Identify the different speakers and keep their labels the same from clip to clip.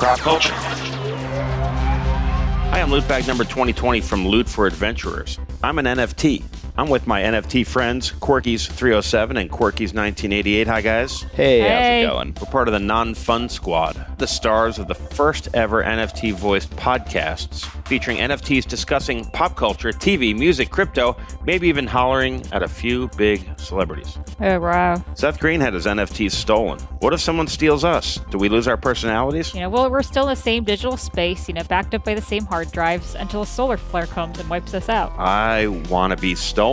Speaker 1: Pop culture.
Speaker 2: Hi, I'm loot bag number 2020 from Loot for Adventurers. I'm an NFT. I'm with my NFT friends, Quirkies307 and Quirkies1988. Hi, guys.
Speaker 3: Hey, how's
Speaker 4: Hey.
Speaker 3: it going?
Speaker 2: We're part of the Non Fun Squad, the stars of the first ever NFT voiced podcasts, featuring NFTs discussing pop culture, TV, music, crypto, maybe even hollering at a few big celebrities.
Speaker 4: Oh, wow.
Speaker 2: Seth Green had his NFTs stolen. What if someone steals us? Do we lose our personalities?
Speaker 4: You know, well, we're still in the same digital space, you know, backed up by the same hard drives until a solar flare comes and wipes us out.
Speaker 2: I want to be stolen.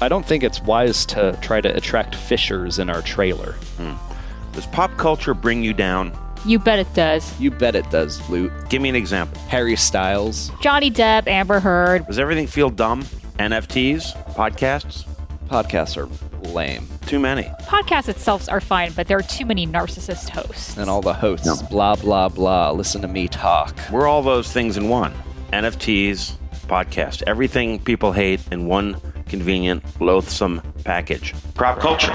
Speaker 3: I don't think it's wise to try to attract fishers in our trailer.
Speaker 2: Does pop culture bring you down?
Speaker 4: You bet it does.
Speaker 5: You bet it does, Loot.
Speaker 2: Give me an example.
Speaker 5: Harry Styles,
Speaker 4: Johnny Depp, Amber Heard.
Speaker 2: Does everything feel dumb? NFTs? Podcasts?
Speaker 5: podcasts are lame.
Speaker 2: Too many.
Speaker 4: Podcasts themselves are fine, but there are too many narcissist hosts.
Speaker 5: And all the hosts, blah, blah, blah, listen to me talk.
Speaker 2: We're all those things in one NFTs, podcast, everything people hate in one convenient, loathsome package.
Speaker 1: Pop culture.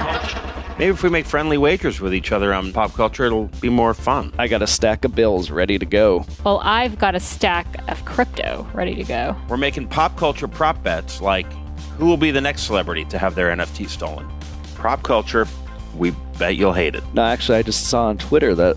Speaker 2: Maybe if we make friendly wagers with each other on pop culture, it'll be more fun.
Speaker 5: I got a stack of bills ready to go.
Speaker 4: Well, I've got a stack of crypto ready to go.
Speaker 2: We're making pop culture prop bets like who will be the next celebrity to have their NFT stolen? Prop culture, we bet you'll hate it.
Speaker 5: No, actually, I just saw on Twitter that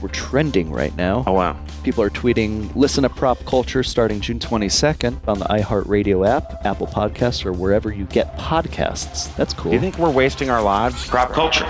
Speaker 5: we're trending right now.
Speaker 2: Oh, wow.
Speaker 5: People are tweeting, listen to Prop Culture starting June 22nd on the iHeartRadio app, Apple Podcasts, or wherever you get podcasts. That's cool.
Speaker 2: Do you think we're wasting our lives?
Speaker 1: Pop culture.